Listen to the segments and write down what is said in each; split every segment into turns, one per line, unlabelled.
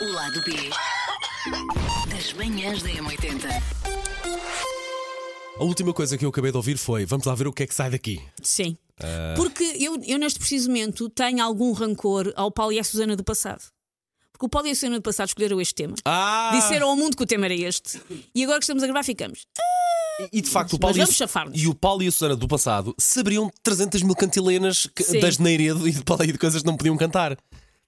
O lado B das manhãs da M80.
A última coisa que eu acabei de ouvir foi: vamos lá ver o que é que sai daqui.
Sim.
Ah.
Porque eu, eu, neste preciso momento, tenho algum rancor ao Paulo e à Susana do passado. Porque o Paulo e a Susana do passado escolheram este tema.
Ah!
Disseram ao mundo que o tema era este. E agora que estamos a gravar, ficamos.
E de facto, o
Mas
Paulo,
vamos
e, o,
chafar-nos.
e o Paulo e a Susana do passado saberiam 300 mil cantilenas que-
Sim.
das Neiredo e de, Paulo e de coisas que não podiam cantar.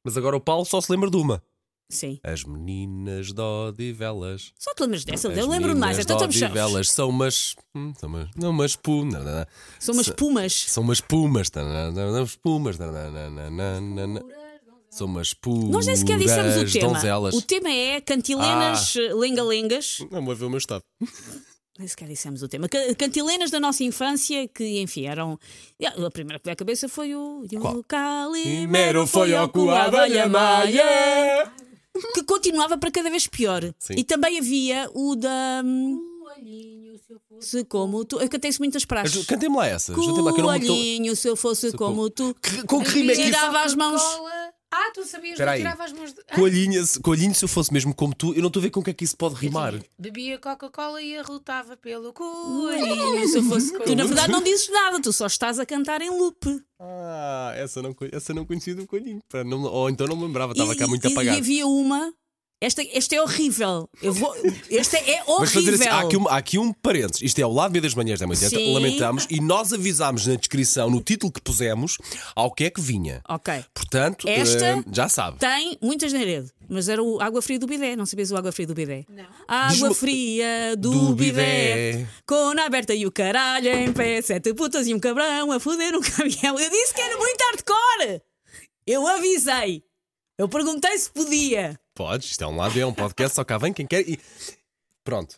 Mas agora o Paulo só se lembra de uma:
Sim.
As meninas de Odivelas.
Só te lembras dessa,
As
eu lembro-me mais.
meninas
Então
de
estamos chafos.
Odivelas são umas. hum, São umas. Não, umas pu. não, não, não.
São umas
Sa-
pumas.
São umas pumas. tá, na, na, na, Umas pumas. tá, na, na, na, na, na, na. São umas puras.
Nós nem sequer dissemos o tema.
donzelas. Ah.
O tema é cantilenas eh, lenga-lengas.
Não vou ver o meu estado.
Nem sequer dissemos o tema. Ca- Cantilenas da nossa infância que, enfim, eram. E A a primeira que veio à cabeça foi o. E
Qual?
o Calimero foi ao cu à abelha maia. Que continuava para cada vez pior.
Sim.
E também havia o da. hum, Se como tu. Eu cantei-se muitas praxes.
Cantem-me lá essa.
Com
Juntem-me lá é que eu
o
não estou.
olhinho, se eu fosse como tu.
Que- Com que rima é que isso?
Tirava as mãos.
Coca-Cola. Ah, tu sabias
Espera
que
aí.
tirava as mãos de. Ah,
Coalhinha, se- coalhinho, se eu fosse mesmo como tu, eu não estou a ver com o que é que isso pode rimar.
Bebia Coca-Cola e arrotava pelo
O
cu.
olhinho, se eu fosse. Tu, na verdade, não dizes nada, tu só estás a cantar em loop.
Ah, essa não, co- essa não conhecia do coalhinho. Pá, não- ou então não me lembrava, estava
E-
cá muito
e- E
apagado.
havia uma. Esta, esta é horrível. Eu vou, esta é
Mas fazer
horrível.
assim, há, aqui um, há aqui um parênteses. Isto é ao lado B das manhãs da manhã.
Sim.
Lamentamos e nós avisámos na descrição, no título que pusemos, ao que é que vinha.
Ok.
Portanto,
Esta-
eh, já sabe.
Tem muitas na rede, mas era o água fria do bidé. Não sabias o água fria do bidé?
Não.
Água
Diz-me-
fria do,
Do
bidé.
bidé.
Cona aberta e o caralho em pé. Sete putas e um cabrão a foder um caminhão. Eu disse que era muito hardcore. Eu avisei. Eu perguntei se podia.
Podes, isto é um lado B, é um podcast, só cá vem quem quer e. Pronto.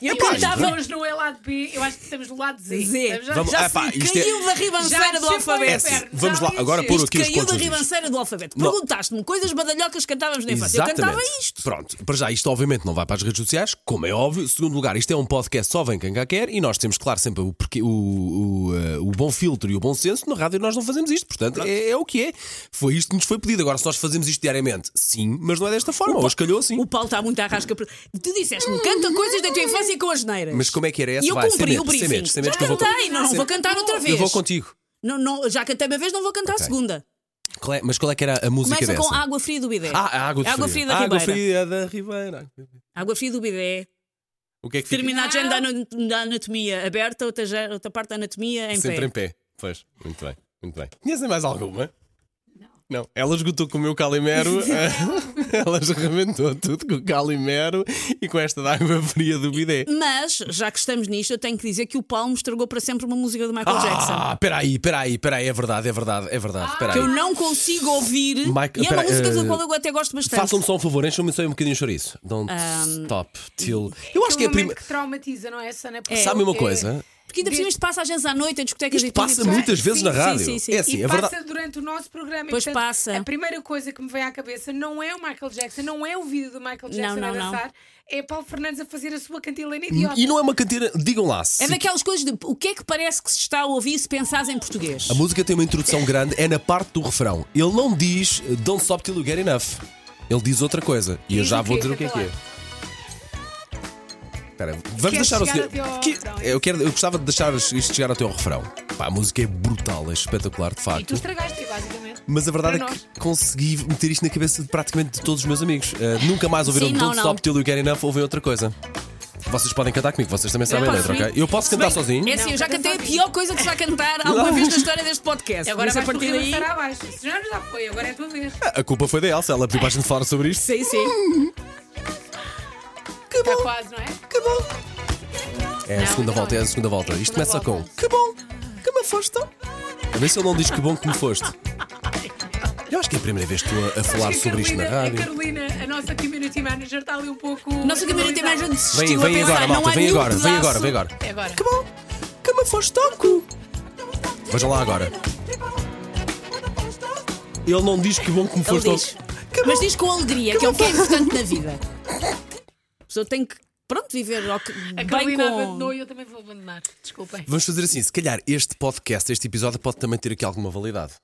Eu
Epá,
cantava.
Estamos no lado B, eu acho que estamos no lado Z.
Z.
Estamos já-
Vamos-
já
Ah, pá,
sei.
isto é-
Caiu da
Já
ribanceira do
sei qual é o
alfabeto.
É, se-
inferno,
vamos
já
lá,
ia
agora
dizer.
pôr
Isto
aqui os
caiu
pontos.
da
nos is.
ribanceira do alfabeto.
Não.
Perguntaste-me coisas badalhocas que cantávamos na infância. Eu
Exatamente.
cantava isto.
Pronto, para já, isto obviamente não vai para as redes sociais, como é óbvio. Segundo lugar, isto é um podcast só vem quem cá quer e nós temos, claro, sempre o, porquê- o, o, eh, o bom filtro e o bom senso. Na rádio nós não fazemos isto, portanto é, é o que é. Foi isto que nos foi pedido. Agora, se nós fazemos isto diariamente, sim, mas não é desta forma. Hoje calhou assim.
O Paulo está muito à rasca. por- Tu disseste-me, canta coisas da tua infância com as neiras.
Mas como é que era essa?
E eu
vai, sem
cumpri o
medo, sem
briefing.
medo, sem medo,
já
que eu vou con-
cantei, não, não vou cantar outra vez.
Eu vou contigo.
Não, não, já cantei uma vez, não vou cantar a
Ok.
segunda.
Qual é- mas qual é que era a música
Começa
dessa?
com Água Fria do Bidé.
Ah, a água, de
Água
fria.
Fria da
água
Ribeira.
fria da Ribeira.
Água Fria do Bidé.
O que é que fica?
Termina a agenda ano- da anatomia aberta, outra, já- outra parte da anatomia em
Sempre
pé.
em pé. Pois, muito bem, muito bem. Conhecem mais alguma? Não. Ela esgotou com o meu calimero, eh, ela arrebentou tudo com o calimero e com esta da água fria do bidé.
Mas, já que estamos nisto, eu tenho que dizer que o Paulo me estragou para sempre uma música do Michael Jackson. Ah,
Ah, peraí, peraí, peraí, é verdade, é verdade, é verdade.
Que
Peraí.
eu não consigo ouvir.
Mike-
e é
pera-
uma música
eh,
da qual eu até gosto bastante.
Façam-me só um favor, encham-me só um bocadinho de chouriço. Don't stop till. Eu acho que é a
Aquele
primeira.
um momento que traumatiza, não é, Sana? Porque
Sabe uma
é-
coisa?
Porque ainda por cima isto passa às vezes à noite, em discotecas e tudo.
Passa
e tudo.
muitas vezes na
Sim,
rádio.
Sim, sim,
É
sim.
assim,
E
é verdade.
passa durante o nosso programa. e,
Pois
portanto,
passa.
A primeira coisa que me vem à cabeça não é o Michael Jackson, não é o vídeo do Michael Jackson
não,
a
não.
dançar, é Paulo Fernandes a fazer a sua cantilena idiota.
E não é uma cantina, digam lá. se
É daquelas coisas de o que é que parece que se está a ouvir se pensares em português?
A música tem uma introdução grande, é na parte do refrão. Ele não diz eh, Don't Stop Till You Get Enough. Ele diz outra coisa. E eu
Diz
já
o
vou
quê?
dizer o que é que
Canta
é.
lá.
Espera, vamos
Queres
deixar o
chegar
senhor.
até ao
Que-
refrão, é
Eu, quero, eu gostava de deixar isto chegar até ao refrão. Pá, a música é brutal, é espetacular, de
E tu
facto.
estragaste, basicamente.
Mas a verdade é
Para
que
nós.
consegui meter isto na cabeça de praticamente de todos os meus amigos. Eh, nunca mais ouviram
Sim, não,
Don't
não.
Stop Till You Get Enough, ouvem outra coisa. Vocês podem cantar comigo, vocês também sabem a
posso
letra, ok? Eu posso cantar sozinho?
É assim, eu
Não,
já
canta
cantei a
sozinho.
pior coisa que se vai cantar alguma vez na história deste podcast.
Agora
Mas a
vais
partir daí.
passar abaixo. Isso já nos dá apoio, agora é a tua vez.
A culpa foi da Elsa, ela pediu para a gente falar sobre isto.
Sim, sim.
Está quase, não é?
Que bom! É a
Não,
segunda
não.
volta, é a segunda volta. Isto
segunda
começa com
volta.
Que bom que me foste. A ver se ele não diz que bom que me foste. Eu acho que é a primeira vez que estou a, a falar
Acho que a
sobre isto na
Carolina-
rádio.
A Carolina, a nossa community manager, está ali um pouco.
Nossa caminhonete tem mais gente
Vem,
desistiu
vem
a pensar,
agora,
não
malta,
há
vem
nenhum
agora, vem
pedaço.
agora, vem agora.
É agora.
Que bom que me foste toco. Vejam lá agora. Ele não diz que bom que me
Ele
foste
diz.
toco. Que bom.
Mas diz com alegria, que é o que é importante na vida. A pessoa tem que, pronto, viver ao que-
A
bem
Carolina
com.
abandonou e eu também vou abandonar. Desculpem.
Vamos fazer assim, se calhar este podcast, este episódio pode também ter aqui alguma validade.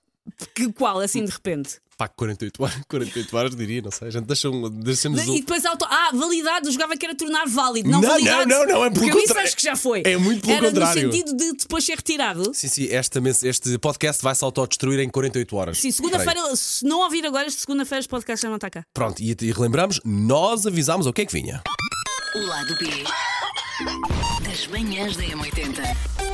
Que qual, assim de repente?
Pá, 48 horas, 48 horas diria, não sei. A gente deixa um, deixamos um.
E depois auto... Ah, validade, eu jogava que era tornar válido.
Não,
Não,
não,
validade.
não, não, é pelo
Porque eu isso
contrário.
acho que já foi.
É muito pelo
era
contrário.
no sentido de depois ser retirado.
Sim, sim, esta mens- este podcast vai se autodestruir em 48 horas.
Sim, segunda-feira, se não ouvir agora, segunda-feira os podcasts já não está cá.
Pronto, e, e relembramos, nós avisámos o que é que vinha.
O lado B das manhãs da M80.